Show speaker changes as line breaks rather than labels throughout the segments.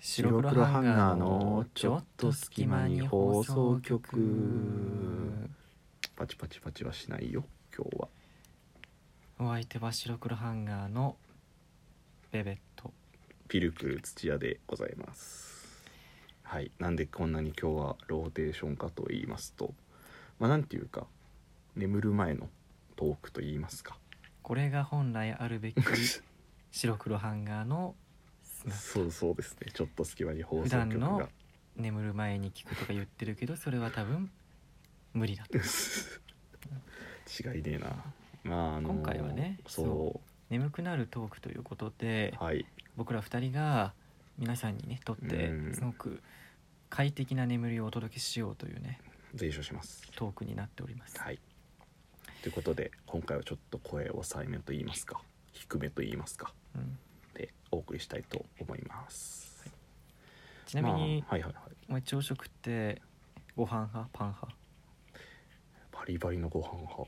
白黒ハンガーのちょっと隙間に放送局
パチパチパチはしないよ今日は
お相手は白黒ハンガーのベベット
ピルクル土屋でございますはいなんでこんなに今日はローテーションかと言いますとまあなんていうか眠る前のトークと言いますか
これが本来ある べき白黒ハンガーの
そうそうですねちょっと隙間に放
普
送
段
局
の
が
眠る前に聞くとか言ってるけどそれは多分無理だと
違いねえなまああの
今回はね
そ
眠くなるトークということで
うはい
僕ら2人が皆さんにねとって
うん
すごく快適な眠りをお届けしようというね
全書します
トークになっております、
はい。ということで今回はちょっと声を抑えめと言いますか低めと言いますか
うん
でお送りしたいと思います。
ちなみに
ま、あはいはいはい。
お前朝食ってご飯派パン派
バリバリのご飯派。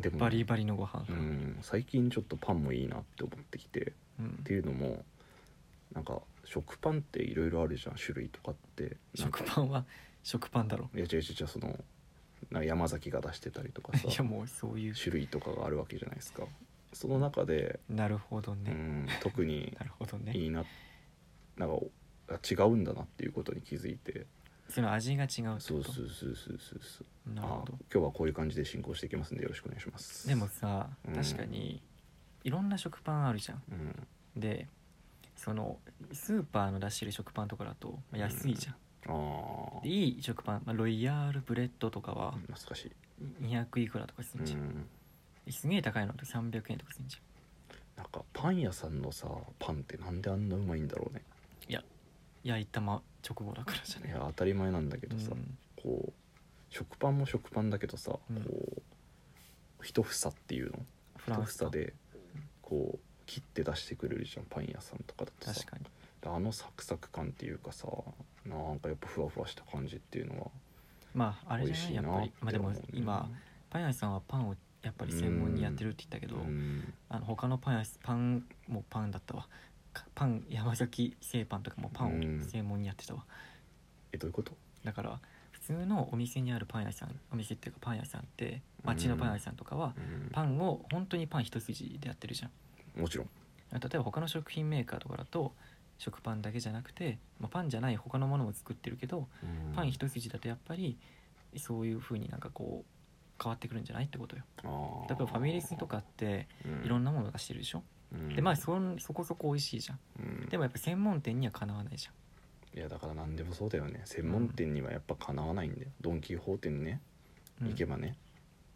でも
バリバリのご飯
う
派、
ん最近ちょっとパンもいいなって思ってきて
うん
っていうのもなんか食パンっていろいろあるじゃん種類とかってなんか
食パンは食パンだろ
いや違う違う違うそのなんか山崎が出してたり とかさ
いやもうそういう
種類とかがあるわけじゃないですか。その中で、
なるほど
う
ね、
ん 特に
なるほどね
いいななんかおあ違うんだなっていうことに気づいて
その味が違うって
そ
こ
う
と
そうそうそうそうそう
なる
あ
ほど
今日はこういう感じで進行していきますんでよろしくお願いします
でも、さ
うん
確かにいろんな食パンあるじゃん
うん、
でそのスーパーの出してる食パンとかだとまあ安いじゃん、
ああ
でいい食パン、まあ、ロイヤルブレッドとかは
懐かしい、
200いくらとかす
うん
じゃん、
ん、
すげえ高いのって300円とかすんじゃん
なんかパン屋さんのさパンってなんであんなうまいんだろうね
焼いたま直後だからじゃ
い
ね
や当たり前なんだけ
う
どさ、
ん
こう食パンも食パンだけどさ、
うん
こう一房っていうの
フラ
一
ンス
房
か
でこう切って出してくれるじゃんパン屋さんとかだとさ
確かに
あのサクサク感っていうかさなんかやっぱふわふわした感じっていうの
まああ
は
れ
美
じゃな
味し
い
い
や
な
っ
って
ぱ
思うね
りまあでも今パン屋さんはパンをやっぱり専門にやってるって言ったけ
う
ど、
ん
あの他のパン屋パンもパンだったわかパン山崎製パンとかもパン
うん
を専門にやってたわ
えどういうこと
だから普通のお店にあるパン屋さんお店っていうかパン屋さんって町のパン屋さんとかは
うん
パンを本当にパン一筋でやってるじゃん
もちろん
例えば他の食品メーカーとかだと食パンだけじゃなくて、まあ、パンじゃない他のものも作ってるけどパン一筋だとやっぱりそういう風になんかこう変わってくるんじゃないってことよだからファミレスとかっていろん
な
なもの出してるでしょでまあそんそこそこ美味しいじゃんでも
も
やっぱ専門店にはかなわないじゃ
いやだから何でもそうだよね専門店にはやっぱかなわないんだよドン・キホーテにね
ん、うん
行けばね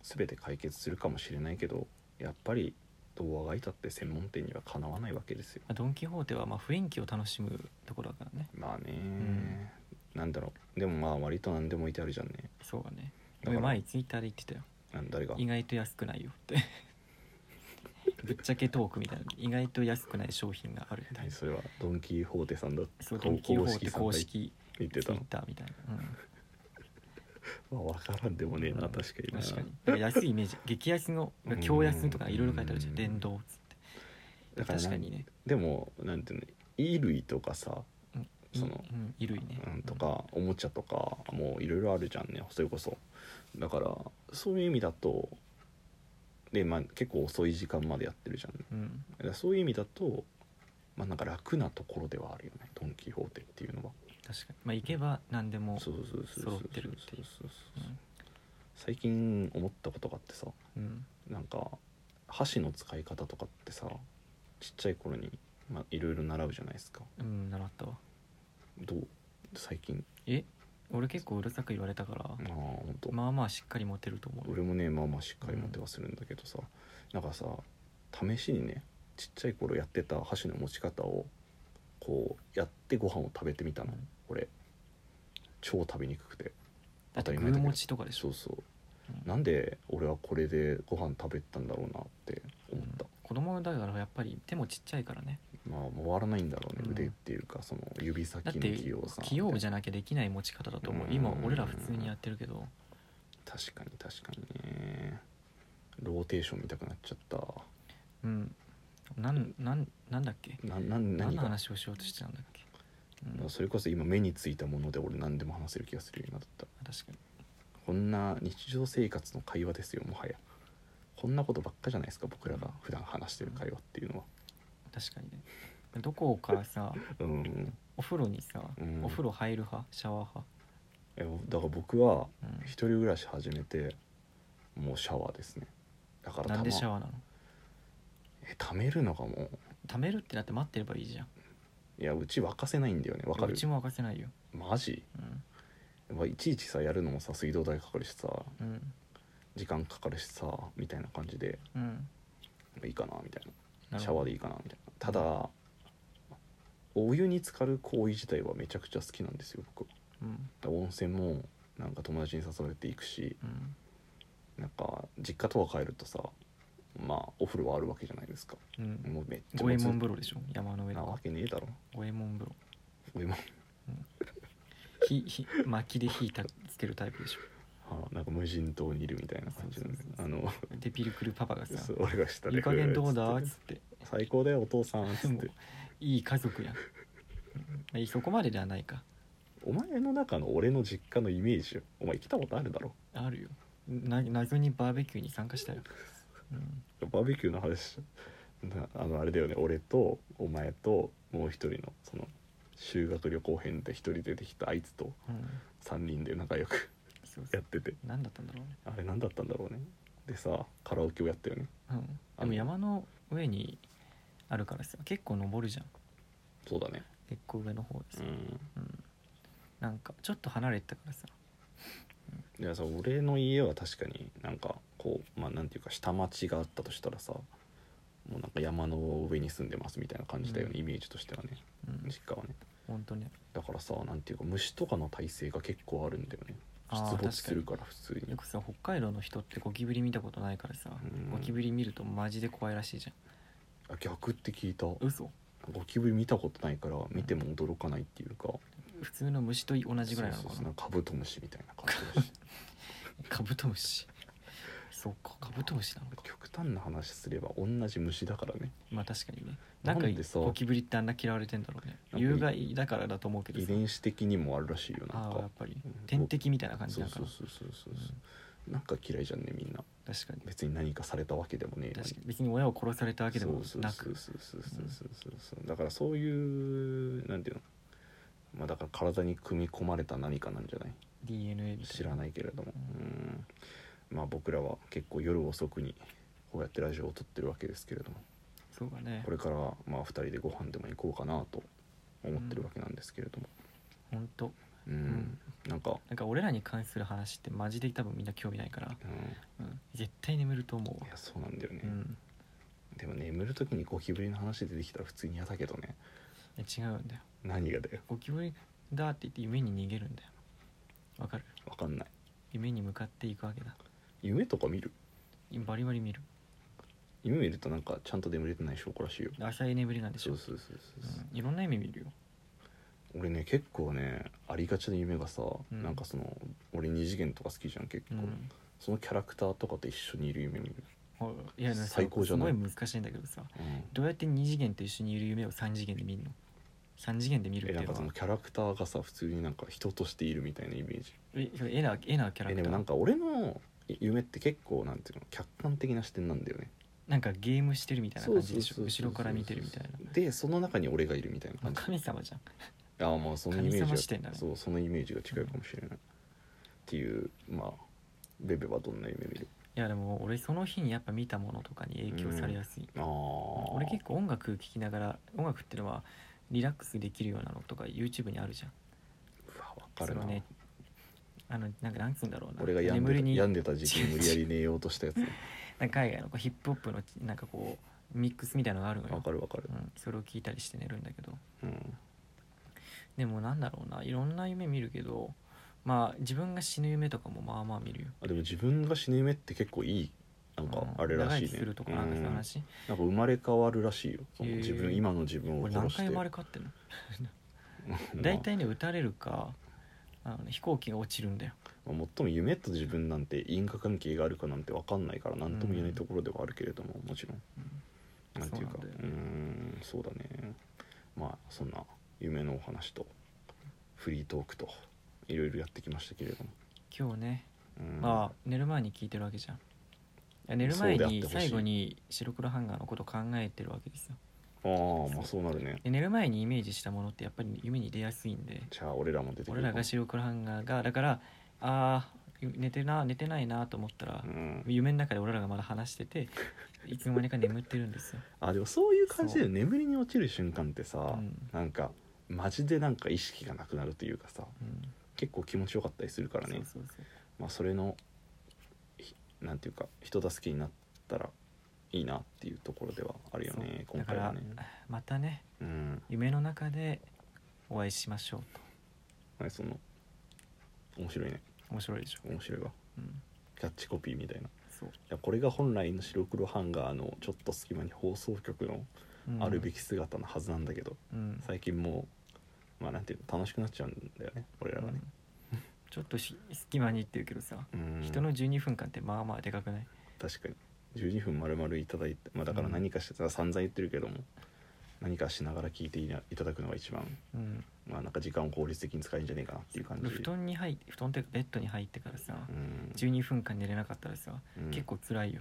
全て解決するかもしれないけどやっぱり童話がいたって専門店にはかなわないわけですよ
まあ、ドン・キホーテはまあ雰囲気を楽しむところだからね
まあね
ん
なんだろうでもまあ割と何でも置いてあるじゃんね
そうだね
だ
俺
から
前ツイッターで言ってたよ
なん誰が
意外と安くないよって ぶっちゃけトークみたいな意外と安くない商品があるみたい
何
な
それはドン・キホーテさんだ
そうドン・キホーテ公
言
式
言っ
ツ
て
イ
たの
ッ、ターみたいな、うん
まあ、分からんでもねえな、
うん
確かにな
確かにだから安いイメージ激安の
うん
強安とかいろいろ書いてあるじゃ
うんん
電動っつって
だから
確
な
か
ん
にね
でもなんていうの衣類とかさ、
い
その
うん、衣類ね、
うん、とかおもちゃとかもういろいろあるじゃんねそれこそだからそういう意味だとでまあ結構遅い時間までやってるじゃん、ね、
うん
だからそういう意味だとまあなんか楽なところではあるよねドン・キホーテっていうのは
確かにまあ行けば何でも
そうそうそうそう
揃
そ
っ
う
てるっていう
そうそうそう最近思ったことがあってさ
うん、うん
なんか箸の使い方とかってさちっちゃい頃にまあいろいろ習うじゃないですか
うん、習ったわ
どう最近
え俺結構うるさく言われたから、
まあ本当、
まあまあしっかり持てると思う
俺もねまあまあしっかり持ってはするんだけどさ、なんかさ試しにねちっちゃい頃やってた箸の持ち方をこうやってご飯を食べてみたの、
うん
俺超食べにくくて
だって
当たり
グ
前だけ
ー
ど
持ちとかでしょ、
そうそ
う
う
ん
なんで俺はこれでご飯食べてたんだろうなって思った、
子供だからやっぱり手もちっちゃいからね
まあ回らないんだろうね、
うん
腕っていうかその指
だっ
先の
て
器用さ
器用じゃなきゃできない持ち方だと思う
うん
今俺ら普通にやってるけど
確かに確かにねローテーション見たくなっちゃった
うんなんなんなんだっけ
なな何
何の
が
話をしようとしてたんだっけうん
だからそれこそ今目についたもので俺何でも話せる気がするようになった
確かに
こんな日常生活の会話ですよもはやこんなことばっかじゃないですか僕らが普段話してる会話っていうのは
確かにねどこから さ
うん
お風呂にさ、
うん
お風呂入る派シャワー
えだから僕は
派、
一人暮らし始めてもうシャワーですねだか
うん、
ら
なんでシャ
ー
ワーなの
え貯めるのがも
貯めるってなって待ってればいいじゃん
ういやうち沸かせないんだよねわか
う
る
ちも沸かせないよ
マジ
うん
まあいちいちさやるのもさ水道代かかるしさ
うん
時間かかるしさみたいな感じで
うん
まあいいかなみたい
な
な
る
シャワ
ほど
ーでいいかなみたいなただお湯に浸かる行為自体はめちゃくちゃ好きなんですよ僕
うん
温泉もなんか友達に誘われて行くし
うん
なんか実家とは帰るとさまあお風呂はあるわけじゃないですか
うん
もうめっちゃ
五右衛門
も
風呂でしょ山の
つ
上
な
の
わけねえだろ
五右衛門風呂
五右衛門
ひひ薪で火たつけるタイプでしょ
はあなんか無人島にいるみたいな感じのね
そうそ
あ
うそう
の
でピルクルパパがさ
そう俺が
「
下で
いい加減どうだ?」
ふー
っ
っつ
つ
っ
って
て最高だよお父さんっつっ
で
て
もいい家族やんうんそこまでではないか
お前の中の俺の実家のイメージよお前来たことあるだろ
あるよな謎にバーベキューに参加したよ、うん、
バーベキューの話なあのあれだよね俺とお前ともう一人のその修学旅行編で一人出てきたあいつと
うん、
3人で仲良く
そうそ
やっ
う
てて
何だったんだろうね、
あれ何だったんだろうねでさカラオケをやったよね
うん、
あ
で
の
も山の上にあるからさ結構登るじゃん
そうだね
結構上の方です、
うん
うん、なんかちょっと離れてたからさ
いやさ俺の家は確かになんかこうまあなんていうか下町があったとしたらさもうなんか山の上に住んでますみたいな感じだよね、
うん
イメージとしてはね
うん
実家はね
本当ね
だからさなんていうか虫とかの耐性が結構あるんだよね
あー
出
確かに
没するから普通に
よくさ北海道の人ってゴキブリ見たことないからさ、
うん
ゴキブリ見るとマジで怖いらしいじ
あ逆って聞いた
ゃん嘘
ゴキブリ見たことないから見ても驚かないっていうか
普通の虫と同じぐらいなの
そう
か
そうそう
なん
かカブトムシみたいな感じ だし
カブトムシそうかカブトムシなのか
極端な話すれば同じ虫だからね
まあ確かにねな
な
んんか
でさ
ゴキブリってあんな嫌われてんだろうね
なんか
有害だからだと思うけど
遺
さ
伝子的にもあるらしいよな
あ
ん
あや
か
っぱり
うん
天敵みたいな感じ
そう
だか
そ
ら
うそうそうそうそうなんか嫌いじゃんねみんな
確かに
別に何かされたわけでもねえのに
確かに別に親を殺されたわけでも
そう
なく
そうそうそうそうそうそうそうだからそういうなんていうのまあだから体に組み込まれた何かなんじゃない
DNA みた
知
いな
らないけれどもうんまあ僕らは結構夜遅くにこうやってラジオを撮ってるわけですけれども
そうだね
これからまあ2人でご飯でも行こうかなと思ってるわけなんですけれども
本当
うん、なんか、
なんか俺らに関する話ってマジで多分みんな興味ないから、
うん、
うん、絶対眠ると思うわ
いやそうなんだよね、
うん
でも眠る時にゴキブリの話出てきたら普通に嫌だけどね
いや違うんだよ
何がだよ
ゴキブリだって言って夢に逃げるんだよわかる
わかんない
夢に向かっていくわけだ
夢とか見る
バリバリ見る
夢見るとなんかちゃんと眠れてない証拠らしいよ
浅い眠りなんでし
そ
ょ
うそうそうそうそう
うんいろんな夢見るよ
俺ね結構ねありがちな夢がさ、
ん
なんかその俺二次元とか好きじゃん結
う
構、
ん
そのキャラクターとかと一緒にいる夢見る、
ほいやでもさ
最高じゃない
すごい難しいんだけどさ
うん
どうやって2次元と一緒にいる夢を3次元で見るの ?3 次元で見るっ
え
て
ないん
うの
かその
は
キャラクターがさ普通になんか人としているみたいなイメージ
えそれ絵な絵なキャラ
え
ク
で
ター
もなんか俺の夢って結構なんていうの客観的な視点なんだよね
なんかゲームしてるみたいな
そう
感
そ
じ
う
でし
そ
ょ
う
後ろから見てるみたいな
でその中に俺がいるみたいな
もう
感じ
神様じゃん
ああまあそのイメージが
神様視点だね
そうそのイメージが近いかもしれない、っていうまあベベはどんな夢見る
いやでも俺その日にやっぱ見たものとかに影響されやすい、
ああ
俺結構音楽聴きながら音楽っていうのはリラックスできるようなのとか YouTube にあるじゃん
うわ分かるな、
そのねあのなんかなんつうんだろうな
俺が病ん
眠
で
り
た
に
病んでた時期に無理やり寝よう としたやつね
なんか海外のこうヒップホップのなんかこうミックスみたいなのがあるの
わ
よ
か、るわかる
うん、それを聞いたりして寝るんだけど
うん
でもなんだろうないろんな夢見るけどまあ自分が死ぬ夢とかもまあまあ見るよ
あでも自分が死ぬ夢って結構いいなんか
うん
あれら
長生
しいね、
きするとかなんかそういう
うん
話、
なんか生まれ変わるらしいよその
へえ
自分今の自分を
俺
殺
何
して
回生まれ変わってんの
うん
大体ね撃たれるかあの、ね、飛行機が落ちるんだよ
まあまあ最も夢と自分なんて因果関係があるかなんて分かんないから何とも言えないところではあるけれども、もちろん、
うん
なんていうか
そう
う
なんだよ
ーんそうだねまあそんな夢のお話とフリートークといろいろやってきましたけれども、
今日ね、
うん
まあ寝る前に聞いてるわけじゃんいや寝る
そう
前
であって
に
ほしい
最後に白黒ハンガーのことを考えてるわけですよ
あーまあそうなるね
で寝る前にイメージしたものってやっぱり夢に出やすいんで
じゃあ俺らも出てく
俺
る
ら
かも
が白黒ハンガーがだからあー寝てな寝てないなと思ったら、
うん、
夢の中で俺らがまだ話して ていつの間にか眠ってるんですよ
あでもそういう感じで眠りに落ちる瞬間ってさ、
うん
なんかマジでなんか意識がなくなるというかさ
うん
結構気持ちよかったりするからね
そうそうそう
まあ、それのひなんていうか人助けになったらいいなっていうところではあるよね
そう
今回はね
だからまたね
うん、
夢の中でお会いしましょうと
まあその面白いね
面白いでしょ、
面白いわ
うん、
キャッチコピーみたいない
そう、
やこれが本来の白黒ハンガーのちょっと隙間に放送局の
うん
あるべき姿のはずなんだけど、
うん
最近もうまあなんていうの楽しくなっちゃうんだよね俺らがね、
うんちょっとし隙間にって言うけどさ、
うん
人の12分間ってまあまあでかくない
確かに12分丸々いただいて、まあ、だから
うん
何かして、散々言ってるけども何かしながら聞いていないただくのが一番
うん
まあなんか時間を効率的に使えるんじゃねえかなっていう感じ
布団に入って布団っていうかベッドに入ってからさ、
うん
12分間寝れなかったらさ、
うん
結構辛いよ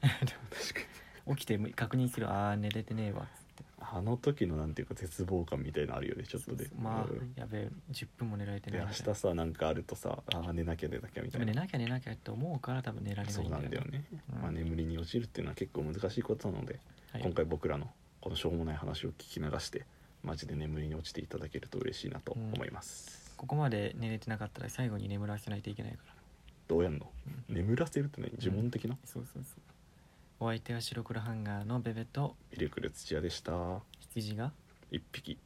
確かに
起きて確認するああ寝れてねえわっつって
あの時のなんていうか絶望感みたいのあるよねちょっとで
そうそうまあ、
うん
やべえ10分も寝られてな
で
い
明
みたい
日さなんかあるとさあー寝なきゃ寝なきゃみた
ないでも寝
な
なきゃ寝なきゃって思うから多分寝られないんだ
そ
よ
うなんだよね、
うん
まあ、眠りに落ちるっていうのは結構難しいことなので、
はい
今回僕らのこのしょうもない話を聞き流してマジで眠りに落ちていただけると嬉しいなと思います、
ここまで寝れてなかったら最後に眠らせないといけないから
どうやんの眠らせるって何呪文的な、
そうそうそうお相手は白黒ハンガーのベベと
ミルクル土屋でした
羊が
一匹